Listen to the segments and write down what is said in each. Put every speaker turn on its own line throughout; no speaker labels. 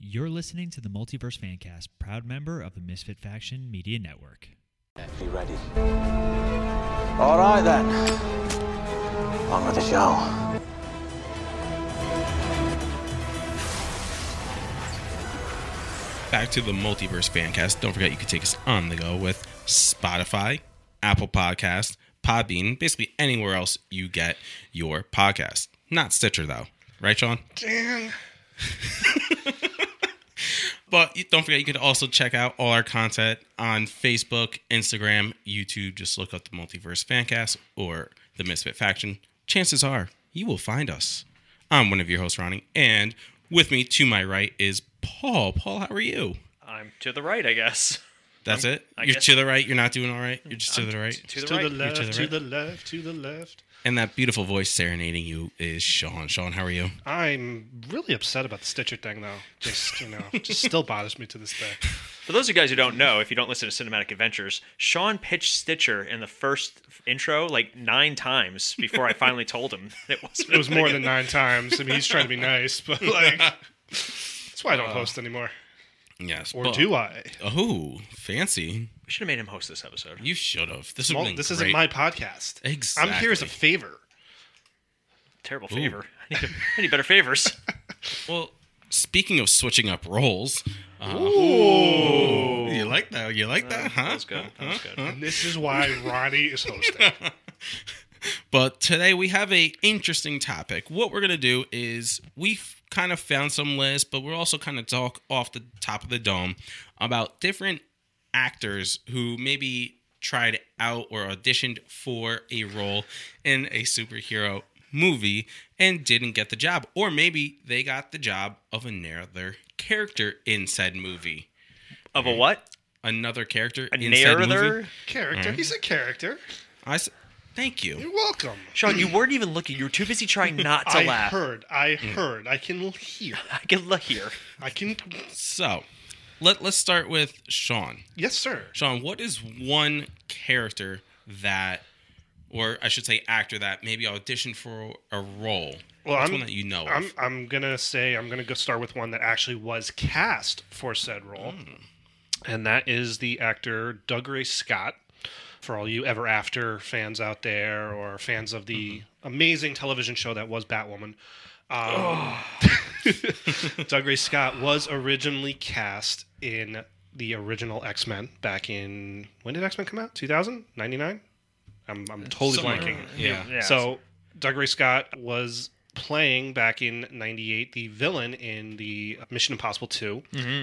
You're listening to the Multiverse Fancast, proud member of the Misfit Faction Media Network.
Be ready. All right then. On with the show.
Back to the Multiverse Fancast. Don't forget you can take us on the go with Spotify, Apple Podcast, Podbean, basically anywhere else you get your podcast. Not Stitcher though, right, Sean?
Dan.
But you- don't forget you can also check out all our content on Facebook, Instagram, YouTube. Just look up the Multiverse Fancast or the Misfit Faction. Chances are you will find us. I'm one of your hosts, Ronnie, and with me to my right is Paul. Paul, how are you?
I'm to the right, I guess.
That's it.
I
you're
guess-
to the right. You're not doing all right. You're just to the right.
To the
To
right.
to
the
the
left, to
right.
the left, to the left.
And that beautiful voice serenading you is Sean. Sean, how are you?
I'm really upset about the Stitcher thing, though. Just, you know, just still bothers me to this day.
For those of you guys who don't know, if you don't listen to Cinematic Adventures, Sean pitched Stitcher in the first intro like nine times before I finally told him it wasn't.
It was more than nine times. I mean, he's trying to be nice, but, like, that's why I don't host anymore.
Yes.
Or do I?
Oh, fancy.
We should have made him host this episode.
You should have. This,
Well,
well,
this isn't my podcast.
Exactly.
I'm here as a favor.
Terrible favor. I need, I need better favors.
Well, speaking of switching up roles. Uh, You like that? You like that, huh?
That was good. That was good.
And this is why Ronnie is hosting.
But today we have a interesting topic. What we're gonna do is we've kind of found some lists, but we're also kind of talk off the top of the dome about different actors who maybe tried out or auditioned for a role in a superhero movie and didn't get the job, or maybe they got the job of another character in said movie.
Of a what?
Another character
A
in said
narrator?
movie.
Character. He's a character.
I s- thank you.
You're welcome.
Sean, you weren't even looking. You were too busy trying not to
I
laugh.
heard. I heard. I can hear.
I can look here.
I can.
So let let's start with Sean.
Yes, sir.
Sean, what is one character that, or I should say, actor that maybe auditioned for a role?
Well,
That's
I'm-
one that you know
I'm
of.
I'm gonna say I'm gonna go start with one that actually was cast for said role,
Hmm.
and that is the actor Doug Ray Scott. For all you Ever After fans out there, or fans of the
Mm-hmm.
amazing television show that was Batwoman, um, Doug Ray Scott was originally cast in the original X Men back in when did X Men come out? 2000, 99? I'm I'm totally
Somewhere
blanking.
around- Yeah.
Yeah.
So Doug Ray Scott was playing back in 98 the villain in the Mission Impossible 2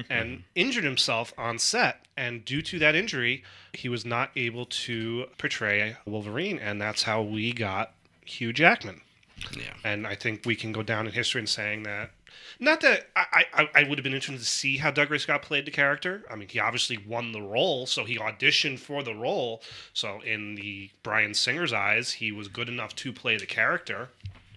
and injured himself on set and due to that injury he was not able to portray Wolverine and that's how we got Hugh Jackman.
Yeah.
And I think we can go down in history in saying that. Not that I, I, I would have been interested to see how Doug Ray Scott played the character. I mean, he obviously won the role, so he auditioned for the role. So in the Brian Singer's eyes, he was good enough to play the character.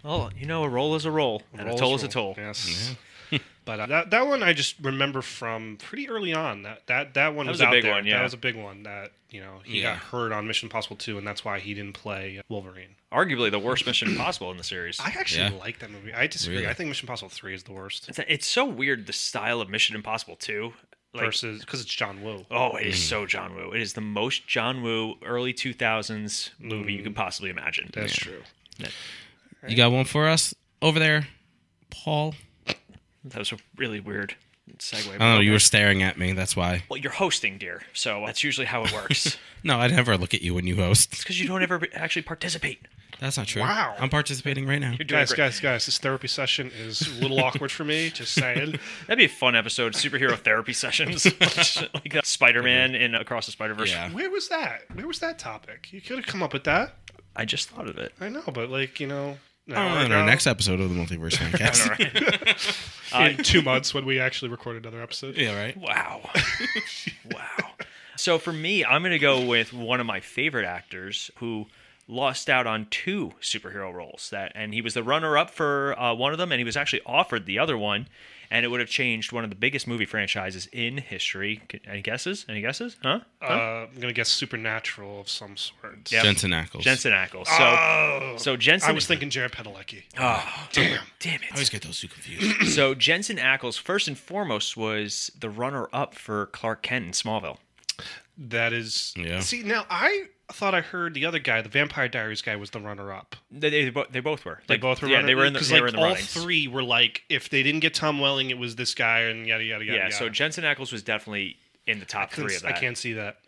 Well, Oh, you know, a roll is a roll, and
Roll
a toll is a toll.
roll. Yes. but uh, that that one I just remember from pretty early on. That that that one
That
was,
was a
out
big
there.
one, yeah.
That was a big one. That you know he
Yeah.
got hurt on Mission Impossible two, and that's why he didn't play Wolverine.
Arguably the worst mission possible in the series.
I actually
Yeah.
like that movie. I disagree.
Really?
I think Mission Impossible three is the worst.
It's- It's so weird the style of Mission Impossible 2. Like,
versus because it's John Woo.
oh, it
Mm.
is so John Woo. It is the most John Woo early 2000s movie
Mm.
you can possibly imagine.
That's true.
You got one for us over there, Paul?
That was a really weird segue.
I don't know.
but
You
okay.
were staring at me. That's why.
Well, you're hosting, dear, so that's usually how it works. it's
No, I never look at you when you host.
because you don't ever actually participate.
That's not true.
Wow.
I'm participating right now.
You're doing
Guys,
great.
guys, guys, this therapy session is a little awkward for me. Just saying.
That'd be a fun episode, superhero therapy sessions, like that Spider-Man in Across the Spider-Verse.
Mm-hmm. Yeah.
Where was that? Where was that topic? You could have come up with that.
I just thought of it.
I know, but like you know, an
Oh,
hour
on our
ago,
next episode of the Multiverse Podcast.
in two months when we actually record another episode.
yeah, right.
Wow. wow. So for me, I'm going to go with one of my favorite actors who lost out on two superhero roles that and he was the runner up for uh, one of them and he was actually offered the other one and it would have changed one of the biggest movie franchises in history. C- Any guesses? Any guesses? Huh?
Uh, I'm gonna guess supernatural of some sort.
Yeah.
Jensen Ackles.
Jensen Ackles. So,
Oh,
so Jensen.
I was thinking Jared Padalecki.
Oh, damn. Damn
I
it.
always get those two confused.
So Jensen Ackles, first and foremost, was the runner-up for Clark Kent in Smallville.
That is.
Yeah.
See, now I thought I heard the other guy, the Vampire Diaries guy, was the runner-up.
They, they, bo- they both were.
They
Like,
both were.
Yeah,
runner-
they were in the.
'cause,
They
like,
were in the
all
runnings.
three were like, if they didn't get Tom Welling, it was this guy, and yada yada
Yeah,
yada. yada.
So Jensen Ackles was definitely in the top
Couldn't
three
s-
of that.
I can't see that.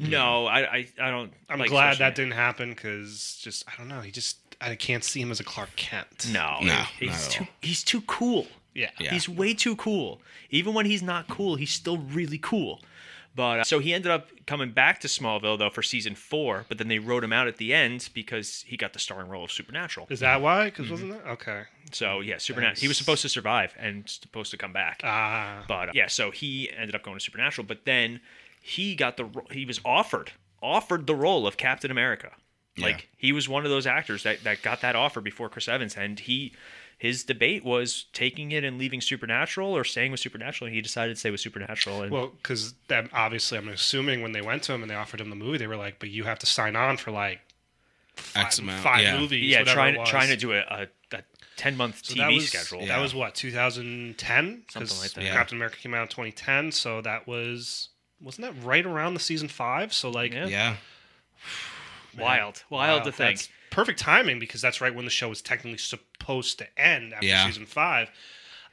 No, I, I, I don't.
I'm
like,
glad
especially-
that didn't happen because just I don't know. He just I can't see him as a Clark Kent.
No,
No, not
he's
at
too
all.
he's too cool.
Yeah.
Yeah.
he's way too cool. Even when he's not cool, he's still really cool. But uh, so he ended up coming back to Smallville though for season four, but then they wrote him out at the end because he got the starring role of Supernatural.
Is that why? Because
Mm-hmm.
wasn't that okay?
So yeah, Supernatural. He was supposed to survive and supposed to come back.
Ah,
But uh, yeah, so he ended up going to Supernatural, but then he got the ro- he was offered offered the role of Captain America. Like
Yeah.
he was one of those actors that that got that offer before Chris Evans, and he his debate was taking it and leaving Supernatural or staying with Supernatural, and he decided to stay with Supernatural. And
well, because that obviously I'm assuming when they went to him and they offered him the movie, they were like, "But you have to sign on for like five,
X amount.
five
yeah.
movies."
yeah,
whatever
trying
it was.
trying to do a, a, a ten month
So
TV
that was-
schedule.
That was what 2010.
Something like that.
Yeah.
Captain America came out in 2010, so that was wasn't that right around the season five? So like
Yeah.
Yeah.
Wild, wild
Wow,
to think.
that's Perfect timing because that's right when the show was technically supposed to end after
Yeah.
season five.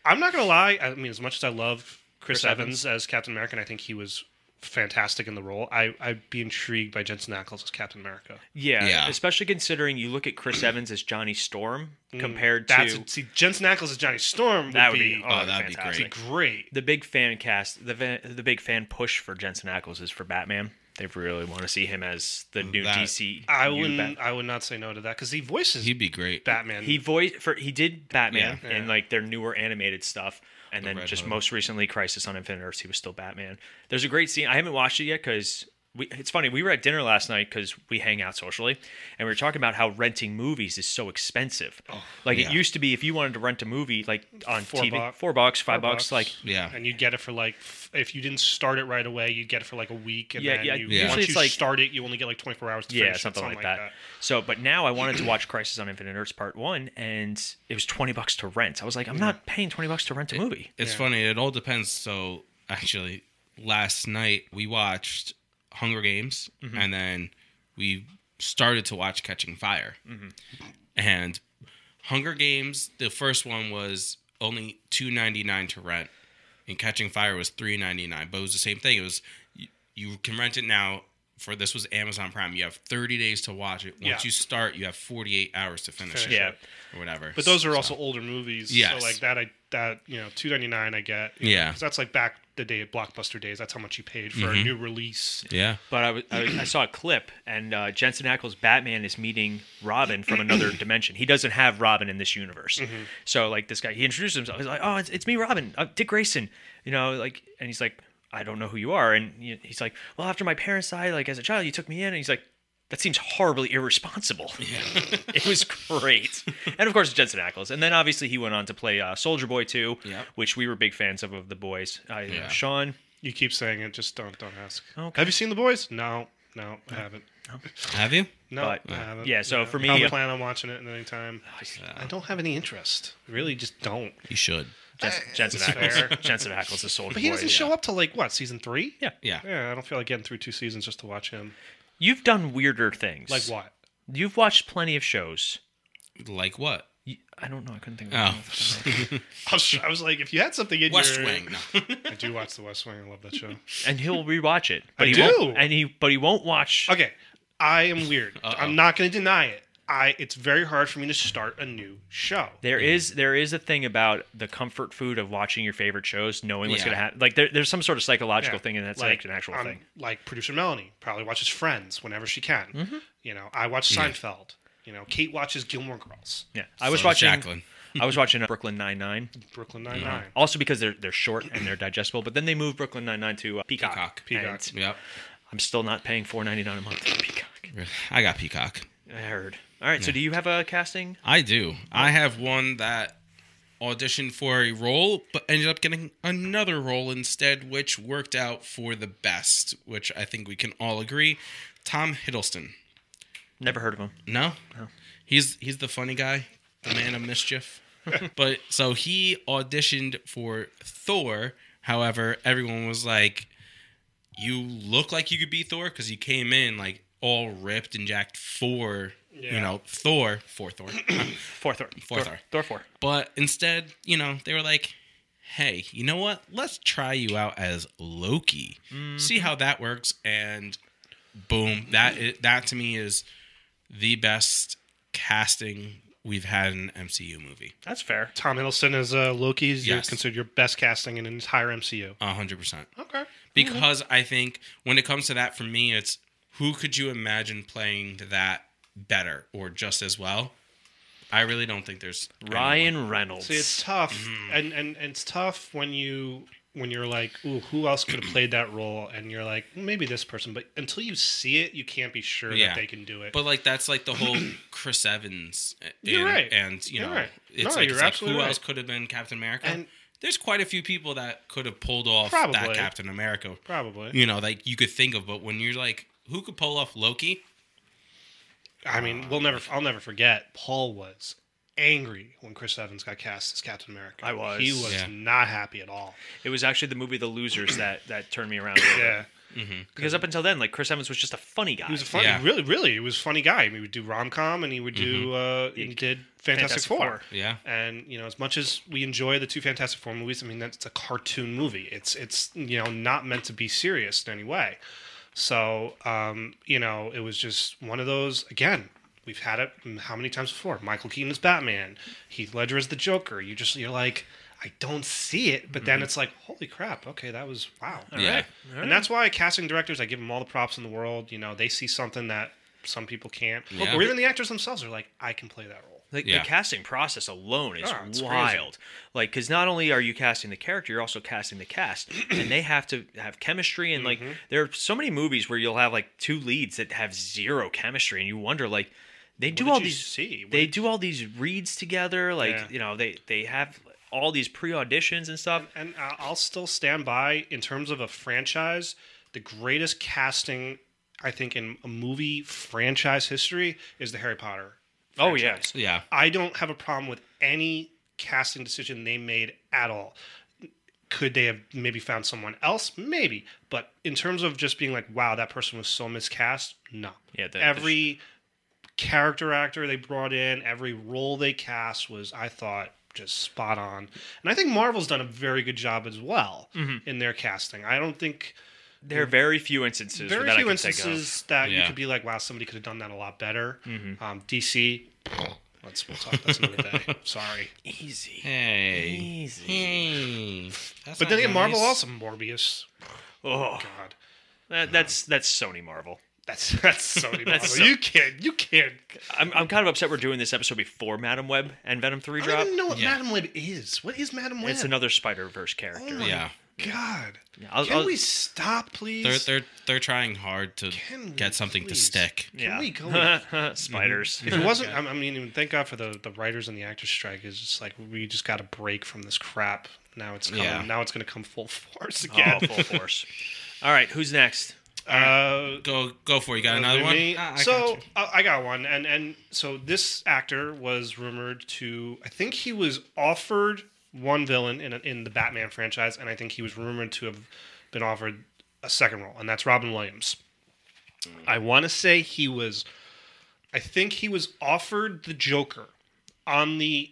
I'm not gonna lie. I mean, as much as I love Chris,
Chris
Evans, as Captain America, and I think he was fantastic in the role. I, I'd be intrigued by Jensen Ackles as Captain America.
Yeah,
Yeah.
especially considering you look at Chris Evans as Johnny Storm compared
Mm, That's
to
see Jensen Ackles as Johnny Storm would,
that would
be,
be, oh,
that'd be
fantastic.
be great.
the big fan cast, the van, the big fan push for Jensen Ackles is for Batman. They really want to see him as the new
That-
DC.
Mm, I
new
wouldn't.
Bat-
I would not say no to that because he voices
He'd be great.
Batman.
he voiced for he did Batman
Yeah.
in
Yeah.
like their newer animated stuff, and then
Red
just
Hood.
most recently Crisis on Infinite Earths. He was still Batman. There's a great scene. I haven't watched it yet because. We, it's funny. We were at dinner last night because we hang out socially, and we were talking about how renting movies is so expensive. like
yeah.
it used to be, if you wanted to rent a movie, like on
Four
TV,
buck-
four bucks, five
Four
bucks, like
Yeah.
and you'd get it for like f- if you didn't start it right away, you'd get it for like a week, and
Yeah,
then
yeah,
you,
usually
once
it's
you
like-
start it, you only get like 24 hours to
yeah,
finish it,
something, like, that. So, but now I wanted to watch Crisis on Infinite Earths Part One, and it was twenty bucks to rent. I was like, I'm not paying twenty bucks to rent a movie.
It's funny. It all depends. So actually, last night we watched Hunger Games,
Mm-hmm.
and then we started to watch Catching Fire.
Mm-hmm.
And Hunger Games, the first one was only two ninety nine to rent, and Catching Fire was three ninety nine. But it was the same thing. It was you, you can rent it now. For this was Amazon Prime. You have thirty days to watch it. Once
Yeah.
you start, you have forty eight hours to finish, it,
Finish
Yeah.
or whatever.
But those are also older movies,
Yes.
so like that, I that you know, 2.99 I get,
Yeah. Mm-hmm.
because that's like back the day of blockbuster days. That's how much you paid for a new release.
yeah.
But I, was, I, was- I saw a clip, and uh, Jensen Ackles' Batman is meeting Robin from another dimension. He doesn't have Robin in this universe.
Mm-hmm.
So, like this guy, he introduced himself. He's like, "Oh, it's, it's me, Robin, uh, Dick Grayson." You know, like, and he's like, "I don't know who you are," and he- he's like, "Well, after my parents died, like as a child, you took me in," and he's like. That seems horribly irresponsible. it was great, and of course Jensen Ackles, and then obviously he went on to play uh, Soldier Boy too,
Yep.
which we were big fans of of the boys. Uh,
Yeah.
Sean,
You keep saying it, just don't don't ask.
Okay.
Have you seen the boys? No, no, I haven't.
Have you?
No,
But-
I haven't.
yeah, so for me,
I
uh, Oh,
don't plan on watching it at any time. I don't have any interest. Really, just don't.
You should.
Jensen, Jensen
it's fair.
Ackles, Jensen Ackles is Soldier
But he
Boy.
doesn't show up till like what season three?
Yeah.
Yeah.
Yeah, I don't feel like getting through two seasons just to watch him.
You've done weirder things.
Like what?
You've watched plenty of shows.
Like what?
You, I don't know. I couldn't think of
Oh,
anything.
I was, I was like, if you had something in
West
your
Wing. No.
I do watch The West Wing. I love that show.
And he'll rewatch it. But
I
he
do.
Won't, and he, but he won't watch.
Okay, I am weird.
Uh-oh.
I'm not going to deny it. I it's very hard for me to start a new show.
There is there is a thing about the comfort food of watching your favorite shows, knowing what's
Yeah.
going to happen. Like there, there's some sort of psychological
Yeah,
thing, and that's like, an actual
um,
thing.
Like producer Melanie probably watches Friends whenever she can.
Mm-hmm.
You know, I watch Seinfeld. You know, Kate watches Gilmore Girls,
Yeah, I was
So
watching.
Jacqueline.
I was watching uh, Brooklyn Nine Nine,
Brooklyn Nine Nine.
also because they're they're short and they're digestible. But then they moved Brooklyn Nine Nine to uh, Peacock.
Peacock.
Peacock.
And
Yep.
I'm still not paying four ninety nine a month for Peacock.
I got Peacock.
I heard. All right. So do you have a casting?
I do. I have one that auditioned for a role, but ended up getting another role instead, which worked out for the best, which I think we can all agree. Tom Hiddleston.
Never heard of him.
No? He's he's the funny guy, the man of mischief. but so he auditioned for Thor. However, everyone was like, You look like you could be Thor, because he came in like all ripped and jacked for you
Yeah.
know, Thor for Thor.
Four Thor.
Four
Thor.
Thor.
Thor four.
But instead, you know, they were like, hey, you know what? Let's try you out as Loki. See how that works. And boom, that i- that to me is the best casting we've had in an MCU movie.
That's fair.
Tom Hiddleston as uh, Loki is your-
Yes.
considered your best casting in an entire MCU.
a 100%.
Okay.
Because I think when it comes to that, for me, it's who could you imagine playing that better or just as well? I really don't think there's anyone.
Ryan Reynolds.
See, it's tough,
mm-hmm.
and, and and it's tough when you when you're like, ooh, who else could have played that role? And you're like, well, maybe this person, but until you see it, you can't be sure
Yeah.
that they can do it.
But like that's like the whole Chris Evans. uh, And,
You're right.
And you
You're
know,
right.
it's
No,
like, it's
you're
like, who
absolutely
else
right.
could have been Captain America?
And-
There's quite a few people that could have pulled off that
Probably.
Captain America.
Probably.
You know, like you could think of, but when you're like, who could pull off Loki?
I mean, we'll never. I'll never forget. Paul was angry when Chris Evans got cast as Captain America.
I was.
He was
Yeah.
not happy at all.
It was actually the movie The Losers that that turned me around.
Yeah.
Because Mm-hmm. up until then, like Chris Evans was just a funny guy.
He was a funny,
Yeah. Mm-hmm.
really, really, he was a funny guy. I mean, he would do rom com and he would do, uh, he did Fantastic,
Fantastic
Four.
Four.
Yeah.
And you know, as much as we enjoy the two Fantastic Four movies, I mean, that's a cartoon movie. It's it's you know not meant to be serious in any way. So um, you know, it was just one of those again. We've had it how many times before? Michael Keaton as Batman, Heath Ledger as the Joker. You just you're like, I don't see it, but
Mm-hmm.
then it's like, holy crap! Okay, that was wow.
yeah.
And that's why casting directors, I give them all the props in the world. You know, they see something that some people can't,
Yeah.
or even the actors themselves are like, I can play that role.
Like
Yeah.
the casting process alone is
Oh, it's
wild. Like, because not only are you casting the character, you're also casting the cast, and they have to have chemistry. And
Mm-hmm.
like, there are so many movies where you'll have like two leads that have zero chemistry, and you wonder like, they do
did
all
you
these
see? What
they
did-
do all these reads together. Like,
Yeah.
you know, they they have all these pre auditions and stuff.
And I- I'll still stand by in terms of a franchise, the greatest casting I think in a movie franchise history is the Harry Potter.
Oh yeah,
Yeah.
I don't have a problem with any casting decision they made at all. Could they have maybe found someone else? Maybe, but in terms of just being like, "Wow, that person was so miscast," no.
Yeah, the- the-
every character actor they brought in, every role they cast was, I thought, just spot on. And I think Marvel's done a very good job as well
Mm-hmm.
in their casting. I don't think
there are very few instances.
very
that I
few
can Think of.
instances that you
Yeah.
could be like, "Wow, somebody could have done that a lot better."
Mm-hmm.
Um, DC. Let's we'll talk. That's another day. Sorry.
Easy,
Hey.
easy.
Hey. That's
But then
not
again, Marvel
nice.
also Morbius.
Oh,
God,
that, that's that's Sony Marvel.
that's that's so Marvel.
That's so-
you can't you can't.
I'm, I'm kind of upset we're doing this episode before Madam Web and Venom 3
I
drop.
don't even know what
Yeah.
Madam Web is. What is Madam Web?
It's another Spider Verse character.
Oh my
Yeah.
God.
I'll-
Can
I'll-
we stop, please?
They're they're they're trying hard to
Can we
get something to
please?
stick.
Can we go?
Spiders.
if it wasn't, I I mean, even thank God for the, the writers and the actors strike. It's just like we just got a break from this crap. Now it's coming.
Yeah.
Now it's going to come full force
Yeah.
again.
Oh, full force. All right, who's next?
Uh,
Go go for it. You got another
with
one?
me.
Ah, I
so
got you.
uh, I got one, and and so this actor was rumored to. I think he was offered one villain in in the Batman franchise, and I think he was rumored to have been offered a second role, and that's Robin Williams.
Hmm.
I want to say he was. I think he was offered the Joker on the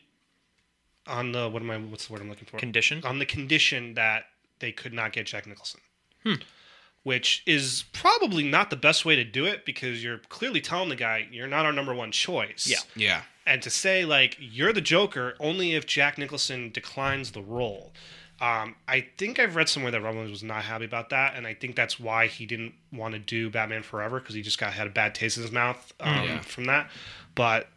on the what am I? What's the word I'm looking for?
Condition?
on the condition that they could not get Jack Nicholson. Which is probably not the best way to do it because you're clearly telling the guy you're not our number one choice.
Yeah.
Yeah.
And to say like you're the Joker only if Jack Nicholson declines the role. Um, I think I've read somewhere that Robin Williams was not happy about that, and I think that's why he didn't want to do Batman Forever because he just got had a bad taste in his mouth
Mm,
um,
Yeah.
from that. But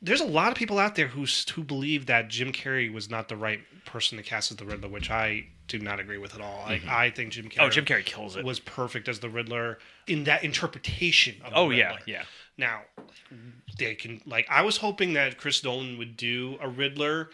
there's a lot of people out there who s- who believe that Jim Carrey was not the right person to cast as the Riddler, which I do not agree with at all. Like I think Jim Carrey
Oh, Jim Carrey kills it.
was perfect as the Riddler in that interpretation. Of the
Oh, yeah,
Riddler.
yeah.
Now they can like I was hoping that Chris Nolan would do a Riddler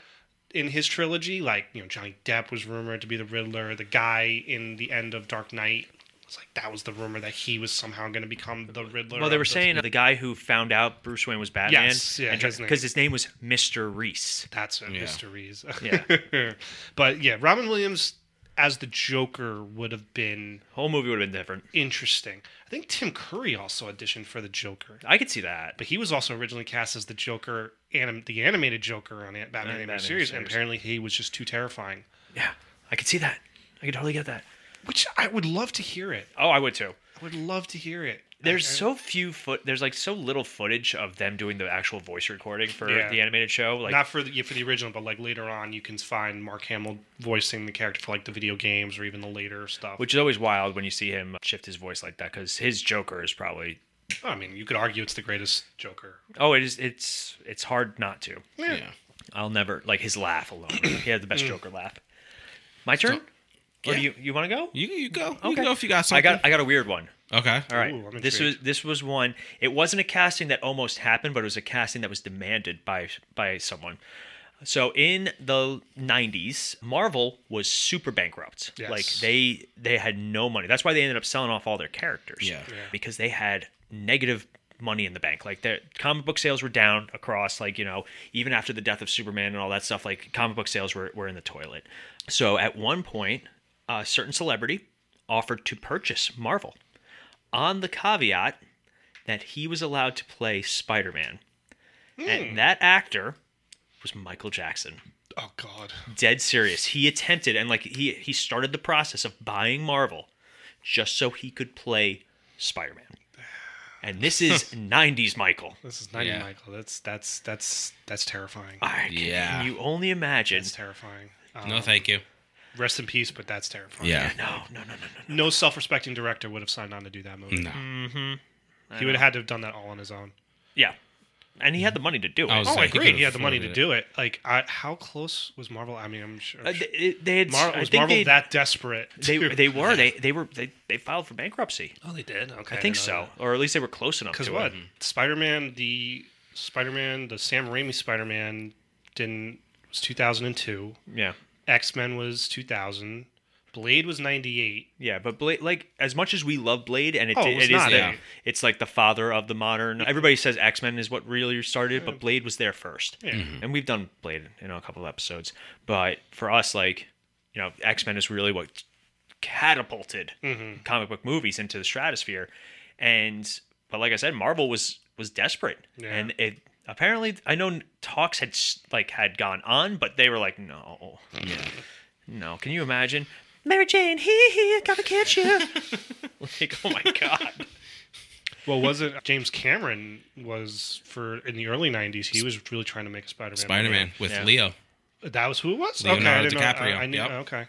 in his trilogy. Like, you know, Johnny Depp was rumored to be the Riddler, the guy in the end of Dark Knight. It's like that was the rumor that he was somehow going to become the Riddler.
Well, they
of
were
the-
saying the guy who found out Bruce Wayne was Batman.
Yes, yeah, his name.
Because his name was Mr. Reese.
That's what
Yeah.
mystery is.
Yeah.
but yeah, Robin Williams as the Joker would have been
Whole movie would have been different.
interesting. I think Tim Curry also auditioned for the Joker,
I could see that.
but he was also originally cast as the Joker, anim- the animated Joker on Ant- Batman
Batman
animated series, and
series.
apparently he was just too terrifying.
Yeah, I could see that. I could totally get that.
Which I would love to hear it.
Oh, I would too.
I would love to hear it.
There's
I- I-
so few foot. There's like so little footage of them doing the actual voice recording for
Yeah.
the animated show. Like,
not for the yeah, for the original, but like later on, you can find Mark Hamill voicing the character for like the video games or even the later stuff.
which is always wild when you see him shift his voice like that because his Joker is probably.
I mean, you could argue it's the greatest Joker.
Oh, it is. It's it's hard not to.
Yeah.
I'll never like his laugh alone. he had the best Joker laugh. My turn. or do
yeah.
you you want to go?
You you go. You go if you got
I
something.
got I got a weird one.
okay.
All right.
Ooh, I'm
this was
intrigued.
this was one. It wasn't a casting that almost happened, but it was a casting that was demanded by by someone. So in the 90s, Marvel was super bankrupt.
Yes.
Like they they had no money. That's why they ended up selling off all their characters.
Yeah. Yeah.
Because they had negative money in the bank. Like their comic book sales were down across like, you know, even after the death of Superman and all that stuff, like comic book sales were, were in the toilet. So at one point, a certain celebrity offered to purchase Marvel on the caveat that he was allowed to play Spider Man. And that actor was Michael Jackson.
Oh God.
Dead serious. He attempted and like he he started the process of buying Marvel just so he could play Spider Man. And this is 90s Michael.
This is ninety,
Yeah.
Michael. That's that's that's that's terrifying.
I can
Yeah.
you only imagine.
It's terrifying. Um,
No, thank you.
rest in peace, but that's terrifying.
Yeah.
No, no, no, no, no.
No self-respecting director would have signed on to do that movie.
No.
Mm.
He would have had to have done that all on his own.
Yeah. And he had the money to do it.
I was-
Oh, I
like, he
agree.
could've
He had the money to
afforded
do it. Like, I, how close was Marvel? I mean, I'm sure.
Uh, they, they had
Mar-
I
was
think
Marvel
they,
that desperate?
they
to-
they were they they were they, they filed for bankruptcy.
Oh, they did. Okay,
I think so, or at least they were close enough
Because
to
what?
it.
Spider-Man, the Spider-Man, the Sam Raimi Spider-Man, didn't was 2002.
Yeah,
X-Men was 2000. Blade was 98.
yeah, but Blade, like as much as we love Blade, and it,
Oh, it
it
was
is
not
the,
a-
it's like the father of the modern. Everybody says X Men is what really started, but Blade was there first.
Yeah. Mm-hmm.
And we've done Blade in a couple of episodes, but for us, like you know, X Men is really what catapulted
Mm-hmm.
comic book movies into the stratosphere. And but like I said, Marvel was was desperate,
Yeah.
and it apparently I know talks had s- like had gone on, but they were like, no, yeah, no. Can you imagine? Mary Jane, he he, gotta catch you. like, oh my god,
Well, wasn't James Cameron was for in the early '90s? He was really trying to make a Spider-Man. movie.
Spider Man with
Yeah.
Leo.
That was who it was. okay, I
Leonardo
didn't know-
DiCaprio,
I, I knew,
yep.
Okay,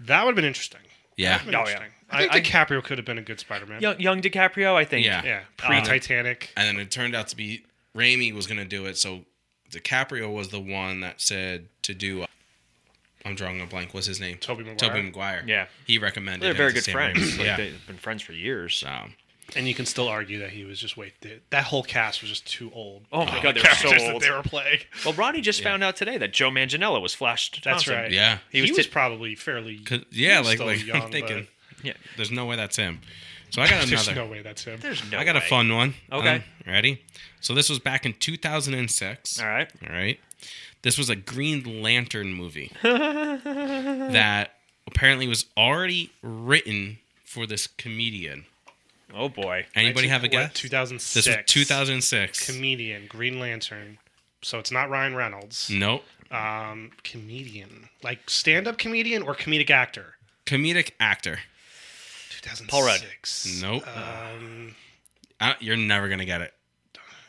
that would have been interesting.
Yeah.
Been
Oh, yeah.
interesting. I think
I- um, I-
DiCaprio could have been a good Spider-Man.
young, young DiCaprio, I think.
Yeah.
Yeah, pre-Titanic.
And then it turned out to be Raimi was going to do it. So DiCaprio was the one that said to do. uh, I'm drawing a blank. What's his name?
Tobey Maguire.
Tobey Maguire.
Yeah.
He recommended.
they're
him
very
to
good
Sam
friends.
Raimi.
Like,
yeah. Um,
they've been friends for years.
so
and you can still argue that he was just wait. The, that whole cast was just too old.
Oh my
The
God, they're so
characters
old.
That they were playing.
Well, Ronnie just found out today that Joe Manganiello was Flash Thompson.
That's right.
yeah.
He, was,
was t-
probably fairly.
'Cause- yeah.
was
Like
still
like I'm
young,
thinking.
Yeah.
There's no way that's him. So I got
There's
another.
no way that's him.
There's no
I got a
way.
fun one.
Okay.
Um, ready? So this was back in 2006.
All right.
All right. This was a Green Lantern movie that apparently was already written for this comedian.
Oh boy.
Anybody have a guess?
2006.
This was 2006.
Comedian, Green Lantern. So it's not Ryan Reynolds.
nope.
Um, comedian, like stand-up comedian or comedic actor.
Comedic actor.
2006.
Paul Rudd.
Nope.
Um,
Uh, you're never gonna get it.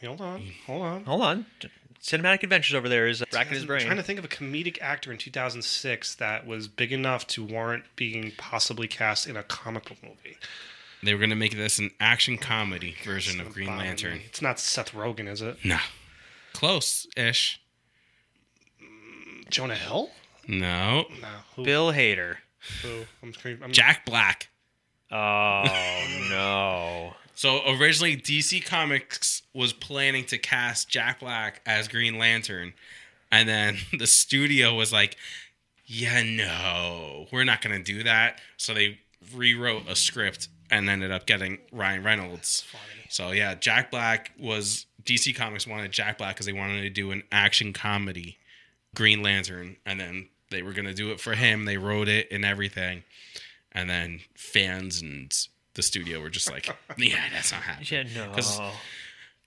hold on, hold on.
Hold on. Cinematic Adventures over there is racking his brain.
I'm trying to think of a comedic actor in 2006 that was big enough to warrant being possibly cast in a comic book movie.
They were gonna make this an action comedy version of
It's
Green
bothering
Lantern.
me. It's not Seth Rogen, is it?
No. Close ish.
Jonah Hill?
No.
No. Who?
Bill Hader.
who- I'm, screaming- I'm-
Jack Black.
Oh no.
So originally, DC Comics was planning to cast Jack Black as Green Lantern, And then the studio was like, yeah, no, we're not going to do that. So they rewrote a script and ended up getting Ryan Reynolds. So yeah, Jack Black was DC Comics wanted Jack Black because they wanted to do an action comedy, Green Lantern, and then they were gonna do it for him. They wrote it and everything, and then fans and the studio were just like, yeah, that's not happening.
Yeah, no.
'Cause-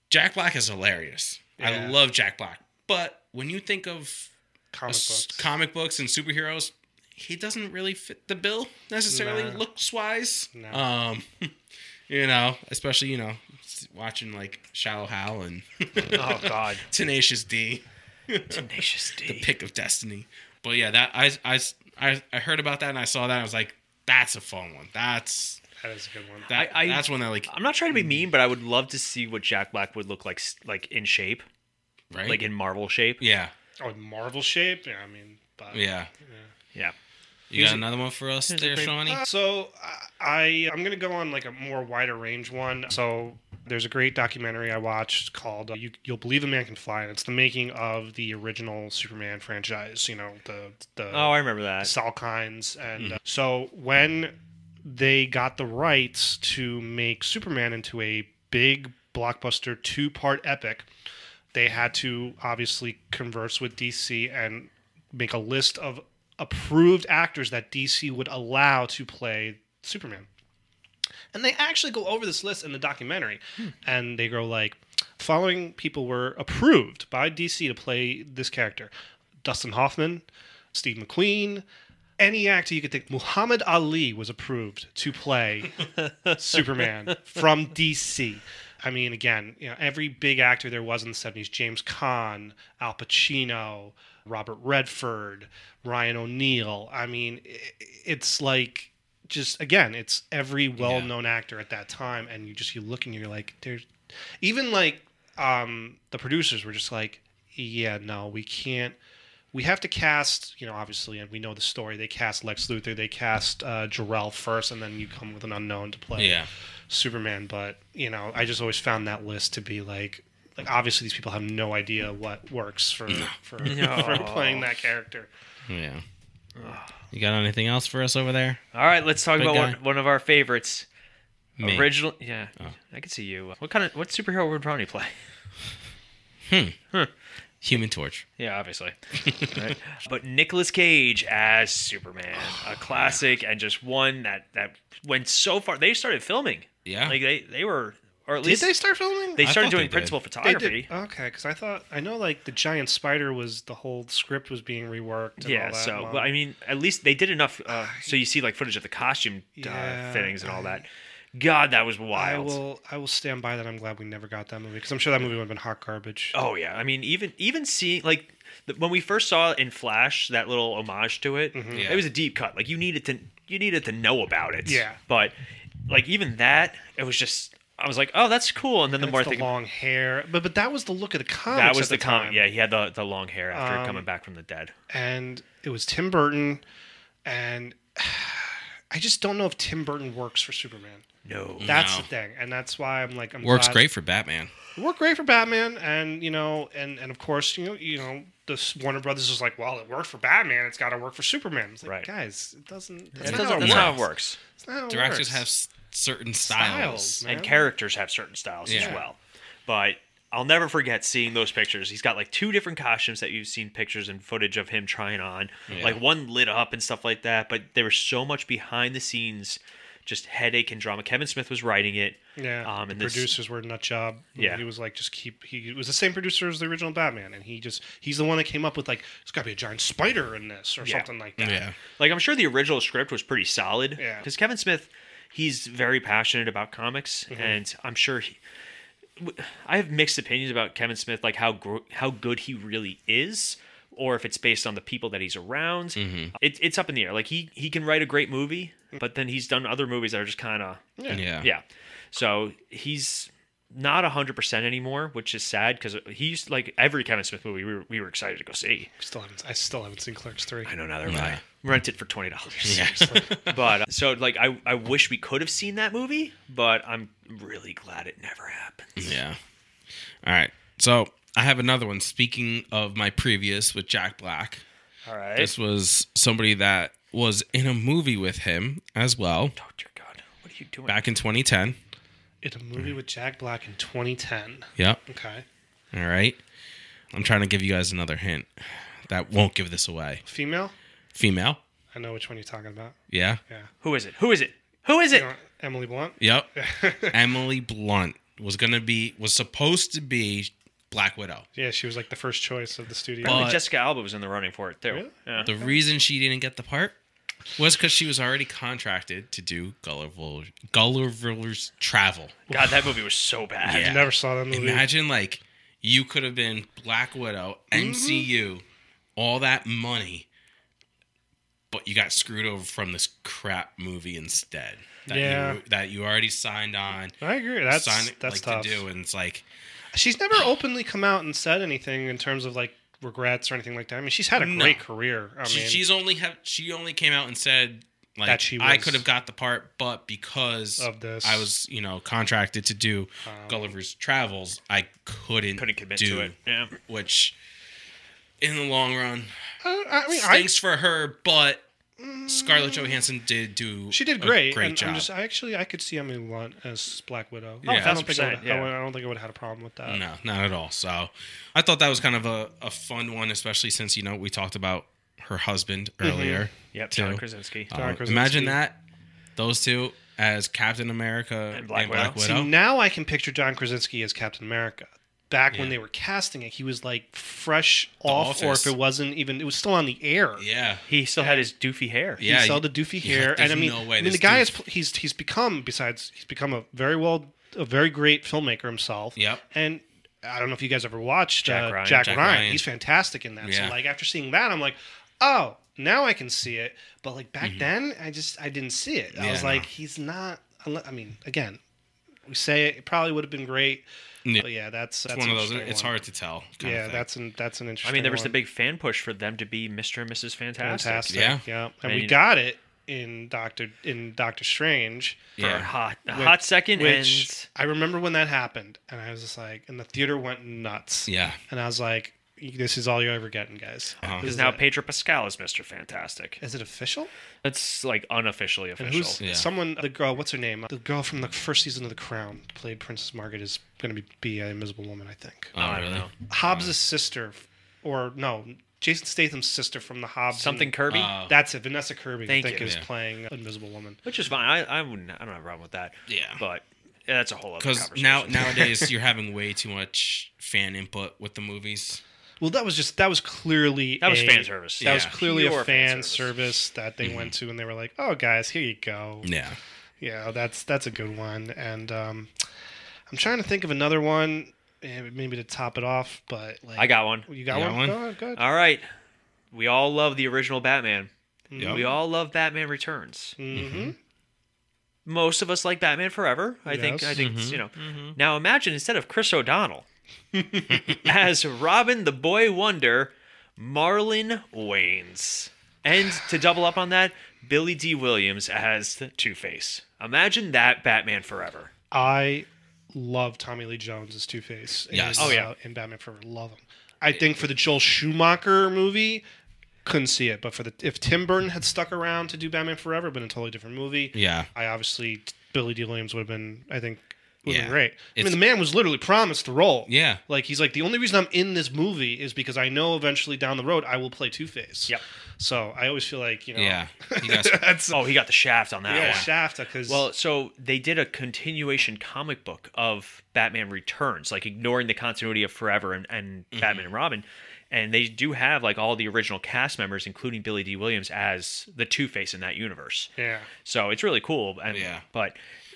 Jack Black is hilarious. I
Yeah.
love Jack Black, but when you think of
Comic
s-
books.
comic books and superheroes, he doesn't really fit the bill necessarily,
Nah.
looks wise.
No.
Um, you know, especially you know, s- watching like Shallow Hal and
oh God,
Tenacious D,
Tenacious D.
Pick of Destiny. But yeah, that I I s- I- I heard about that and I saw that. And I was like, that's a fun one. That's
that is a good one.
that.
I- I-
that's one that like
I'm not trying to be mean, but I would love to see what Jack Black would look like, s- like in shape,
right.
like in Marvel shape.
yeah,
oh, Marvel shape. Yeah, I mean, but,
yeah.
Yeah.
You got another one for us
here's a
there,
great-
Shawnee?
Uh, so I I'm gonna go on like a more wider range one. So there's a great documentary I watched called uh, you, "You'll Believe a Man Can Fly," and it's the making of the original Superman franchise. You know the the
Oh, I remember that.
Salkinds, and uh, so when they got the rights to make Superman into a big blockbuster two-part epic, they had to obviously converse with DC and make a list of approved actors that DC would allow to play Superman. And they actually go over this list in the documentary, and they go like, following people were approved by DC to play this character: Dustin Hoffman, Steve McQueen, any actor you could think. Muhammad Ali was approved to play Superman from DC. I mean, again, you know, every big actor there was in the '70s: James Caan, Al Pacino, Robert Redford, Ryan O'Neal. I mean, i- it's like just again, it's every well-known actor at that time, and you just you look and you're like, there's even like um, the producers were just like, yeah, no, we can't. We have to cast, you know, obviously, and we know the story. They cast Lex Luthor, they cast uh, Jarrell first, and then you come with an unknown to play.
Yeah.
Superman, but you know, I just always found that list to be like like obviously these people have no idea what works for for, for playing that character.
Yeah. You got anything else for us over there?
All right, let's talk
Big
about
guy.
one, one of our favorites.
Me. Oh.
Original. Yeah, I can see you. What kind of what superhero would Ronnie play?
Human Torch.
Yeah, obviously. Right? But Nicolas Cage as Superman,
Oh,
a classic, and just one that that went so far. They started filming.
Yeah.
like they they were, or at
Did
least
they start filming?
they
I
started
thought they
doing
did.
principal
They
photography.
did. Okay, because I thought I know like the giant spider was the whole script was being reworked. And
yeah
all that
so
and all
well, i mean at least they did enough uh, so you see like footage of the costume
Yeah,
uh, fittings and all that god that was
I
wild
will I will stand by that. I'm glad we never got that movie because I'm sure that movie would have been hot garbage.
oh yeah i mean even even seeing like the, when we first saw in flash that little homage to it
Mm-hmm.
Yeah.
it was a deep cut like you needed to you needed to know about it
Yeah.
but like even that it was just i was like oh that's cool and then the
It's
more i
the
think
long hair, but but that was the look of the comics.
that was the,
at time.
comment yeah he had the, the long hair after
Um,
coming back from the dead
and it was Tim Burton, and I just don't know if Tim Burton works for Superman.
no
That's
No.
the thing, and that's why I'm like, I'm
Works
glad-
uh,
great for Batman.
It worked great for Batman, and you know, and and of course, you know, you know, this Warner Brothers was like, well, it worked for Batman, it's got to work for Superman. It's like,
Right.
guys, it doesn't. That's
that's,
not
how,
how it
that's how it
works.
works
That's not how it
Directors
works.
have s- certain styles.
Styles,
and
man.
characters have certain styles as
Yeah.
well. But I'll never forget seeing those pictures. He's got like two different costumes that you've seen pictures and footage of him trying on.
Yeah.
Like one lit up and stuff like that, but there was so much behind the scenes just headache and drama. Kevin Smith was writing it.
Yeah,
Um, and
the
this,
producers were a nut job.
Yeah.
he was like, just keep. He was the same producer as the original Batman, and he just he's the one that came up with like, there's got to be a giant spider in this or
Yeah.
something like that.
like I'm sure the original script was pretty solid.
Yeah.
Because Kevin Smith, he's very passionate about comics, and I'm sure he. w- I have mixed opinions about Kevin Smith, like how gr- how good he really is, or if it's based on the people that he's around. It, it's up in the air. Like he he can write a great movie, but then he's done other movies that are just kind of
Yeah. Yeah.
yeah. So he's not 100% anymore, which is sad because he's like every Kevin Smith movie we were, we were excited to go see.
Still haven't. I still haven't seen Clerks three.
I know neither am I. Rent it for twenty dollars.
Seriously.
But uh, so like I, I wish we could have seen that
Mm.
movie, but I'm really glad it never happened.
Yeah. All right. So I have another one. Speaking of my previous with Jack Black,
All right.
this was somebody that was in a movie with him as well
oh dear God, what are you doing?
back in 2010.
It's a
Mm.
movie with Jack Black in 2010.
Yep.
Okay.
All right. I'm trying to give you guys another hint that won't give this away.
Female?
Female.
I know which one you're talking about.
Yeah.
Who is it? Who is it? Who is it?
Uh,
You know, Emily Blunt?
Yep. Emily Blunt was gonna be was supposed to be Black Widow.
Yeah, she was like the first choice of the studio.
Apparently
But-
Oh, Jessica Alba was in the running for it too.
Really?
Yeah.
The reason she didn't get the part was because she was already contracted to do Gulliver, Gulliver's Travel.
God, that movie was so bad.
Yeah.
Never saw that movie.
Imagine like you could have been Black Widow,
Mm-hmm.
MCU, all that money, but you got screwed over from this crap movie instead. That
Yeah.
you, that you already signed on.
I agree. That's
signed it,
that's
like
tough.
to do, and it's like
She's never openly come out and said anything in terms of like regrets or anything like that. I mean, she's had a
No.
great career. I mean,
she, she's only have she only came out and said like
That she
I
was-
could have got the part, but because
of this,
I was, you know, contracted to do
Um,
Gulliver's Travels. I couldn't
Couldn't commit
do,
to it. Yeah.
which in the long run
uh, I, I mean, I, Mm.
stinks for her. But Scarlett Johansson did do.
she did
a
great.
great
and
job.
I'm just, I actually, I could see Emily Blunt as Black Widow.
Yeah.
I don't think
100%,
I, would, I,
yeah.
would- I don't think I would have had a problem with that.
no, not at all. So I thought that was kind of a, a fun one, especially since you know we talked about her husband
Mm-hmm.
earlier.
Yep.
Too.
John Krasinski.
Um,
John Krasinski.
imagine that those two as Captain America and
Black
Black,
Widow.
Widow.
See, now I can picture John Krasinski as Captain America. Back when
Yeah.
they were casting it, he was like fresh off, or
Office.
if it wasn't even, it was still on the air.
yeah,
He still had his doofy hair.
He
yeah.
saw
you-
the doofy
yeah,
hair, and I
there's
mean,
no way
I mean the
this
guy
dude-
is he's he's become besides he's become a very well a very great filmmaker himself.
Yep.
And I don't know if you guys ever watched
Jack
uh,
Ryan.
Jack,
Jack
Ryan.
Ryan.
He's fantastic in that.
Yeah.
So like after seeing that, I'm like, oh, now I can see it. But like back then, I just I didn't see it. I
Mm-hmm. Yeah,
was
no.
like, he's not. I mean, again, we say it, it probably would have been great.
Yeah.
But yeah, that's that's
it's one of those.
interesting
It's
one.
hard to tell. kind of
Yeah,
thing.
that's an that's an
I
interesting.
mean, there was
one.
the big fan push for them to be Mr. and Mrs. Fantastic.
fantastic.
Yeah.
yeah, and
I
we
mean-
got it in Doctor in Doctor Strange.
For
Yeah.
a hot, a
Which-
hot second.
Which I remember when that happened, and I was just like, and the theater went nuts.
yeah.
And I was like, this is all you're ever getting, guys.
Uh-huh.
and
This
is
is
now
it.
Pedro Pascal is Mr. Fantastic.
Is it official?
That's like unofficially
And
official.
who's
Yeah.
someone? The girl, what's her name? The girl from the first season of The Crown, played Princess Margaret, is going to be, be an Invisible Woman, I think.
Oh,
I don't
really?
know.
Hobbs' sister, or no, Jason Statham's sister from the Hobbs.
Something
and-
Kirby.
Uh,
That's it. Vanessa Kirby,
Thank
I think,
you.
is
Yeah.
playing Invisible Woman.
which is fine. I, I wouldn't. I don't have a problem with that.
Yeah.
But yeah, that's a whole other
Because
conversation.
now nowadays you're having way too much fan input with the movies.
Well, that was just that was clearly
That was
a-
fan service. Mm-hmm.
That was
Yeah.
clearly
Pure
a fan
fan service.
service. that they went to, and they were like, "Oh, guys, here you go."
Yeah.
Yeah, that's that's a good one. And um, I'm trying to think of another one, eh, maybe to top it off. But like,
I got one. Uh,
you got,
You got
one.
one?
Go ahead, go ahead.
All right. We all love the original Batman.
Yep.
We all love Batman Returns.
hmm
Most of us like Batman Forever. I think.
Yes.
I think it's, you know. Now imagine instead of Chris O'Donnell as Robin the Boy Wonder, Marlon Wayans, and to double up on that, Billy D. Williams as Two Face. Imagine that Batman Forever.
I love Tommy Lee Jones as Two Face.
Yes.
Oh, yeah.
in uh, Batman Forever, love him. I think for the Joel Schumacher movie, couldn't see it. But for the if Tim Burton had stuck around to do Batman Forever, but in a totally different movie,
Yeah.
I obviously Billy D. Williams would have been, I think, would have
Yeah.
been great. I
It's-
mean, the man was literally promised the role.
Yeah.
Like he's like the only reason I'm in this movie is because I know eventually down the road I will play Two Face.
Yep.
So I always feel like you know.
Yeah. You guys,
that's
Oh, he got the shaft on that
yeah,
one.
Shaft because
Well, so they did a continuation comic book of Batman Returns, like ignoring the continuity of Forever and, and
Mm-hmm.
Batman and Robin. And they do have like all the original cast members, including Billy D. Williams, as the Two Face in that universe.
yeah.
So it's really cool. And,
Yeah.
But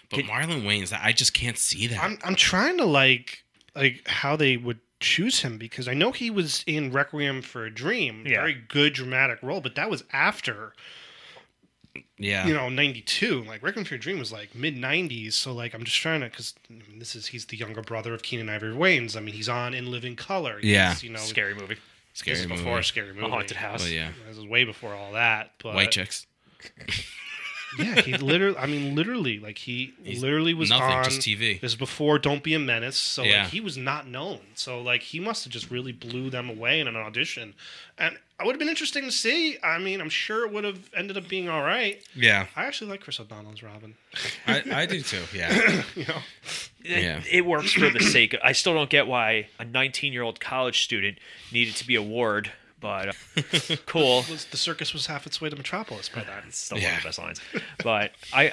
but Marlon Wayne's, I just can't see that.
I'm I'm trying to like like how they would choose him because I know he was in Requiem for a Dream,
Yeah.
very good dramatic role, but that was after
yeah.
you know, 92. Like, Requiem for a Dream was like mid 90s. So, like, I'm just trying to, because I mean, this is, he's the younger brother of Keenan Ivory Wayne's. I mean, he's on In Living Color. He's,
Yeah. Oh,
You know,
scary movie,
Scary
this is
movie.
before Scary Movie.
haunted house.
Well, yeah.
This is way before all that. But
White chicks.
yeah, he literally. I mean, literally, like he
He's
literally was
nothing,
on
just TV.
This is before Don't Be a Menace, so
Yeah.
like he was not known. So like he must have just really blew them away in an audition, and it would have been interesting to see. I mean, I'm sure it would have ended up being all right.
Yeah,
I actually like Chris O'Donnell as Robin.
I, I do too. Yeah,
you know,
it,
Yeah.
it works for the sake. Of, I still don't get why a 19 year old college student needed to be a ward, but uh, cool.
was, the circus was half its way to Metropolis by that.
It's still one
Yeah.
of the best lines. But I,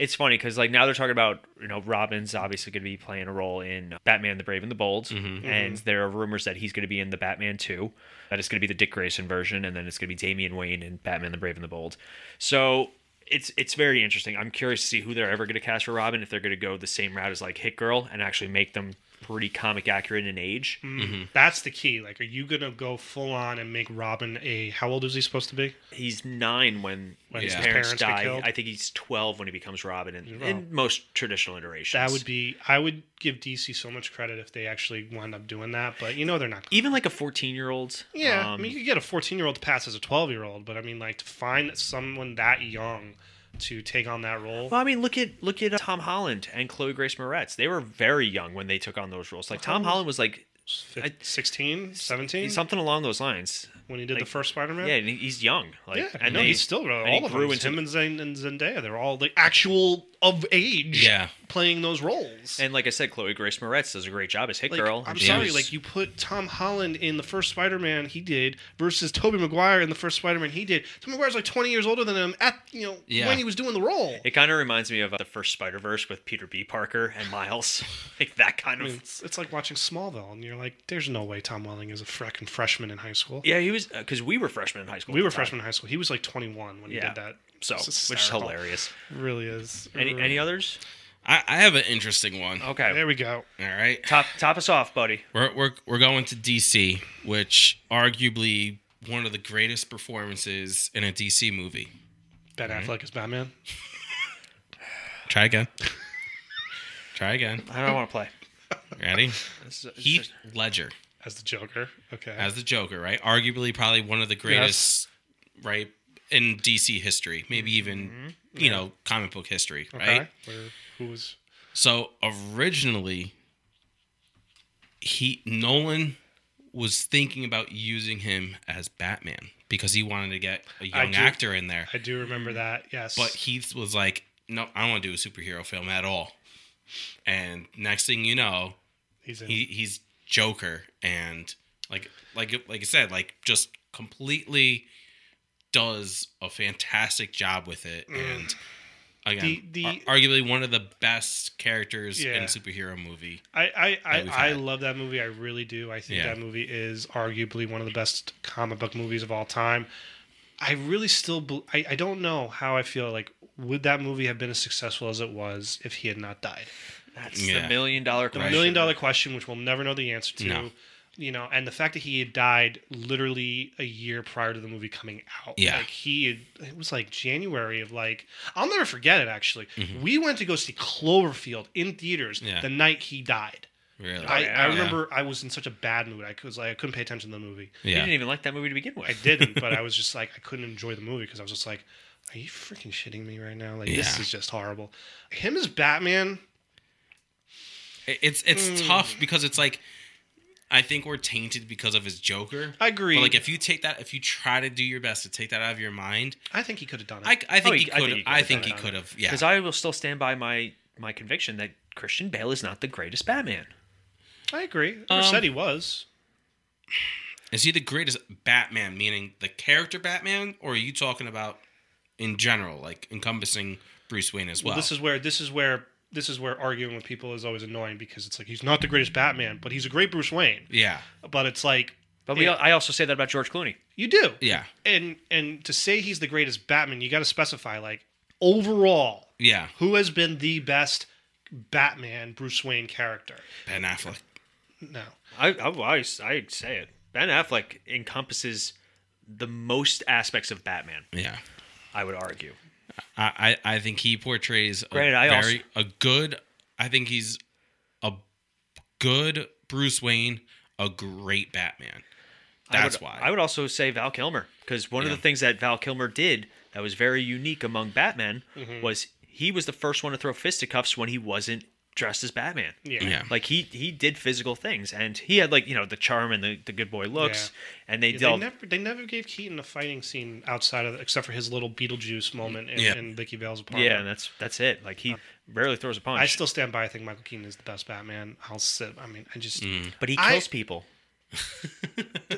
it's funny because like now they're talking about you know Robin's obviously going to be playing a role in Batman: The Brave and the Bold, and there are rumors that he's going to be in the Batman Two, that it's going to be the Dick Grayson version, and then it's going to be Damian Wayne in Batman: The Brave and the Bold. So. It's, it's very interesting. I'm curious to see who they're ever going to cast for Robin if they're going to go the same route as like Hit Girl and actually make them pretty comic accurate in age.
Mm-hmm. That's the key. Like, are you gonna go full on and make Robin a? How old is he supposed to be?
He's nine when, when his
Yeah.
parents,
Parents get
die.
killed.
I think he's 12 when he becomes Robin in,
Well,
in most traditional iterations.
That would be. I would give DC so much credit if they actually wound up doing that, but you know they're not.
even like a um, 14 year old
Yeah, I mean, you could get a 14 year old to pass as a 12 year old, but I mean, like, to find someone that young to take on that role.
well, I mean, look at look at uh, Tom Holland and Chloe Grace Moretz. They were very young when they took on those roles. Like Tom Holland was like
fif-
I-
16, 17,
something along those lines.
when he did
like-
the first Spider Man?
Yeah, and he- he's young. Like,
yeah,
and
no,
they,
he's still uh, all
and he
of
grew
them.
into-
Him and, Zen- and Zendaya, they're all like actual of age
Yeah.
playing those roles.
and like I said, Chloe Grace Moretz does a great job as Hit
like,
Girl.
I'm
She
sorry,
was-
like you put Tom Holland in the first Spider-Man he did versus Tobey Maguire in the first Spider-Man he did. Tobey Maguire's like 20 years older than him at you know
Yeah.
when he was doing the role.
It kind of reminds me of uh, the first Spider Verse with Peter B. Parker and Miles, like that kind
I
of.
mean, it's, it's like watching Smallville, and you're like, "There's no way Tom Welling is a frickin' freshman in high school."
yeah, he was because we were freshmen in high school.
we
at
were
the time,
freshmen in high school. He was like 21 when he
Yeah.
did that,
so
It's
which is Mm.
hysterical.
hilarious.
Really is.
Any any others?
I, I have an interesting one. All
Okay,
There we go.
right,
top top us off, buddy.
we're we're we're going to DC, which arguably one of the greatest performances in a DC movie.
Ben Affleck is Batman.
Try again. Try again.
I don't want to play.
Ready?
This is-
Heath Ledger
As the Joker. Okay.
as the Joker, right? Arguably, probably one of the greatest, right, in DC history, maybe even you know comic book history,
Mm-hmm. okay.
right?
Where, who was?
So originally, he Nolan was thinking about using him as Batman because he wanted to get a young
do-
actor in there,
I do remember that. Yes.
but Heath was like, "No, I don't want to do a superhero film at all." And next thing you know,
he's in.
he he's Joker and like like like I said, like just completely does a fantastic job with it and again
Mm. The- the-
ar- arguably one of the best characters in
Yeah.
superhero movie.
I I,
we've
I, I
had.
love that movie. I really do. I think
Yeah.
that movie is arguably one of the best comic book movies of all time. I really still bel I, I don't know how I feel like would that movie have been as successful as it was if he had not died.
That's
Yeah.
the million dollar
the
question.
million dollar question, which we'll never know the answer to.
No.
You know, and the fact that he had died literally a year prior to the movie coming out.
Yeah.
Like he had, it was like January of like I'll never forget it actually. We went to go see Cloverfield in theaters
Mm-hmm. Yeah.
the night he died.
Really.
I,
yeah.
I remember I was in such a bad mood. I was like I couldn't pay attention to the movie.
You
yeah.
didn't even like that movie to begin with.
I didn't, but I was just like I couldn't enjoy the movie because I was just like, are you freaking shitting me right now? Like this
Yeah.
is just horrible. Him as Batman,
It- It's it's
Mm.
tough because it's like I think we're tainted because of his Joker.
I agree.
But like if you take that if you try to do your best to take that out of your mind,
I think he could have done it.
I, I think
he-
he
Oh, I think
could
he
I
could've
think
done
he
it.
could have. Yeah.
Because I will still stand by my my conviction that Christian Bale is not the greatest Batman.
I agree. I never
Um,
said he was.
Is he the greatest Batman, meaning the character Batman, or are you talking about in general, like encompassing Bruce Wayne as well?
Well, this is where this is where this is where arguing with people is always annoying because it's like he's not the greatest Batman, but he's a great Bruce Wayne.
yeah,
But it's like
But we,
Yeah.
I also say that about George Clooney.
you do,
yeah,
and and to say he's the greatest Batman, you got to specify like overall
yeah.
who has been the best Batman Bruce Wayne character.
Ben Affleck.
No,
I I, I I say it. Ben Affleck encompasses the most aspects of Batman.
Yeah,
I would argue.
I I, I think he portrays a
Granted, I also-
very a good. I think he's a good Bruce Wayne, a great Batman. That's
I would,
why.
I would also say Val Kilmer because one of the things that Val Kilmer did that was very unique among Batman
Mm-hmm.
was he was the first one to throw fisticuffs when he wasn't dressed as Batman.
Yeah.
Yeah.
Like he he did physical things and he had like, you know, the charm and the, the good boy looks and they
Yeah,
dealt
They never they never gave Keaton a fighting scene outside of except for his little Beetlejuice moment in,
Yeah.
in Vicky Vale's apartment.
Yeah, and that's that's it. Like
Uh,
he rarely throws a punch.
I still stand by. I think Michael Keaton is the best Batman. I'll sit. I mean, I just
but he
I-
kills people.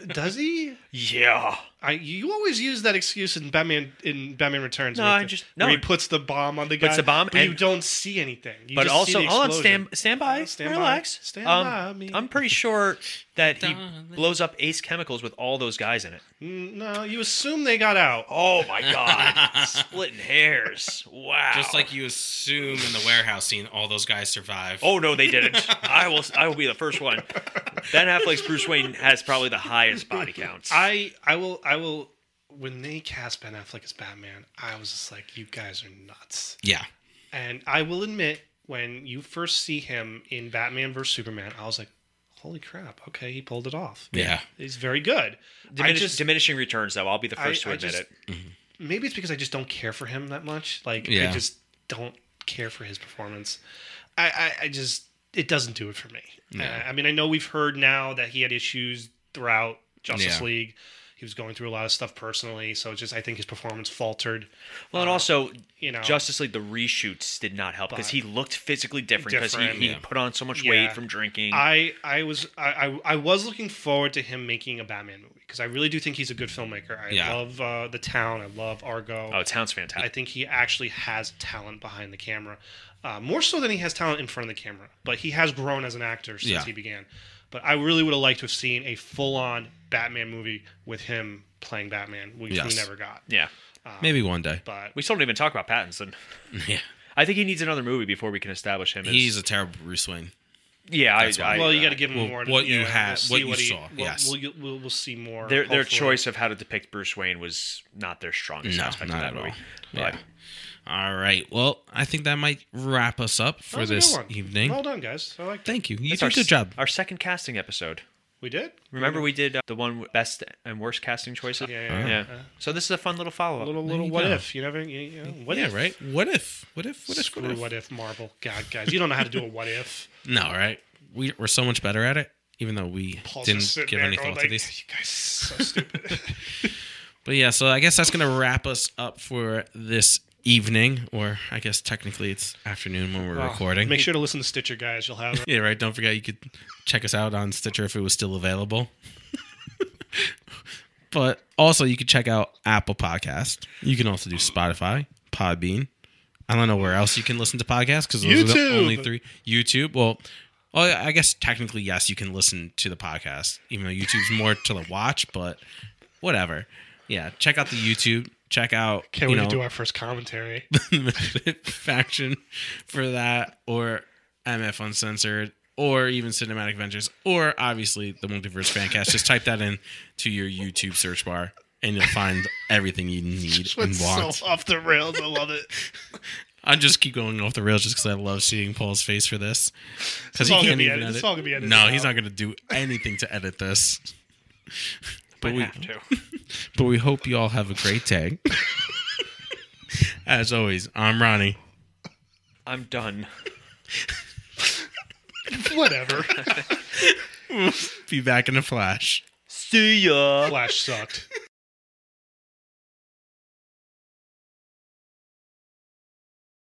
does he?
Yeah.
I you always use that excuse in Batman in Batman Returns.
No,
where
I
he-
just-
where
no.
he puts the bomb on the guy.
Puts the bomb
but you
and-
don't see anything. You
But
just see
also,
the
hold on,
explosion.
stand, stand by,
Stand by.
relax. Um,
Stand by me.
I'm pretty sure that he
Darling.
blows up Ace Chemicals with all those guys in it.
Mm, No, you assume they got out.
Oh my god, splitting hairs! Wow.
Just like you assume in the warehouse scene, all those guys survive.
Oh no, they didn't. I will. I will be the first one. Ben Affleck's Bruce Wayne has probably the highest body counts.
I I will I will. When they cast Ben Affleck as Batman, I was just like, you guys are nuts.
yeah.
And I will admit, when you first see him in Batman vs Superman, I was like, holy crap! Okay, he pulled it off.
Yeah.
He's very good. I
Diminish,
just
diminishing returns, though. I'll be the
I-
first
I
to admit
just-
it.
maybe it's because I just don't care for him that much. Like
Yeah.
I just don't care for his performance. I I, I just it doesn't do it for me. Uh, I mean, I know we've heard now that he had issues throughout Justice
Yeah.
League. He was going through a lot of stuff personally, so it's just I think his performance faltered.
Well, and also,
uh, you know.
Justice League the reshoots did not help because
But-
he looked physically different because he,
Different,
he
yeah.
put on so much
Yeah.
weight from drinking.
I I was I, I I was looking forward to him making a Batman movie because I really do think he's a good filmmaker. I
Yeah.
love uh, the town. I love Argo.
oh, it sounds fantastic.
I think he actually has talent behind the camera, uh, more so than he has talent in front of the camera. But he has grown as an actor since
Yeah.
he began. But I really would have liked to have seen a full-on Batman movie with him playing Batman, which
Yes.
we never got.
yeah.
Maybe one day.
But
We still don't even talk about Pattinson.
Yeah.
I think he needs another movie before we can establish him as.
He's a terrible Bruce Wayne.
yeah, I,
That's why.
I,
well, you got to
uh,
give him
well,
more.
what you
yeah,
had-
see
what you
he-
saw,
We'll,
yes.
we'll, we'll, we'll see more.
Their, their
hopefully.
choice of how to depict Bruce Wayne was not their strongest
No,
aspect of
not
that
at
movie.
all.
But
Yeah. All right. Well, I think that might wrap us up
That
for
was a good
this
one.
evening.
Well done, guys. I like that.
Thank you. You
that's
did a good
s-
job.
Our second casting episode.
We did.
Remember, we did uh, the one with best and worst casting choices.
Yeah, yeah, yeah.
So this is a fun little follow up.
Little little
you
what
go.
if you never you, you know, what
yeah,
if
right? What if? What if? What if?
uh, Screw
what if?
what if Marvel. God, guys, you don't know how to do a what if.
No, right? We, we're so much better at it, even though we
Paul's just
didn't
sitting
give
there
any
going
thought to
like,
these.
You guys are so stupid.
But yeah, so I guess that's going to wrap us up for this evening, or I guess technically it's afternoon when we're recording.
Ah, Make sure to listen to Stitcher, guys. You'll have it.
Yeah, right. Don't forget you could check us out on Stitcher if it was still available. but also you could check out Apple Podcast. You can also do Spotify, Podbean. I don't know where else you can listen to podcasts because those are the
YouTube.
only three. YouTube. Well, well, I guess technically yes, you can listen to the podcast, even though YouTube's more to the watch. But whatever. Yeah, check out the YouTube. Check out.
Can't
you
wait
know,
to do our first commentary.
faction for that, or MF Uncensored, or even Cinematic Ventures, or obviously the Multiverse Fancast. Just type that in to your YouTube search bar, and you'll find everything you need and
It's
want.
so off the rails. I love it.
I just keep going off the rails just because I love seeing Paul's face for this. Because
It's all gonna be edited- it's all gonna be edited
No,
out.
he's not going to do anything to edit this. But
Might
we,
have to.
but we hope you all have a great day. As always, I'm Ronnie.
I'm done.
Whatever.
Be back in a flash.
See ya.
Flash sucked.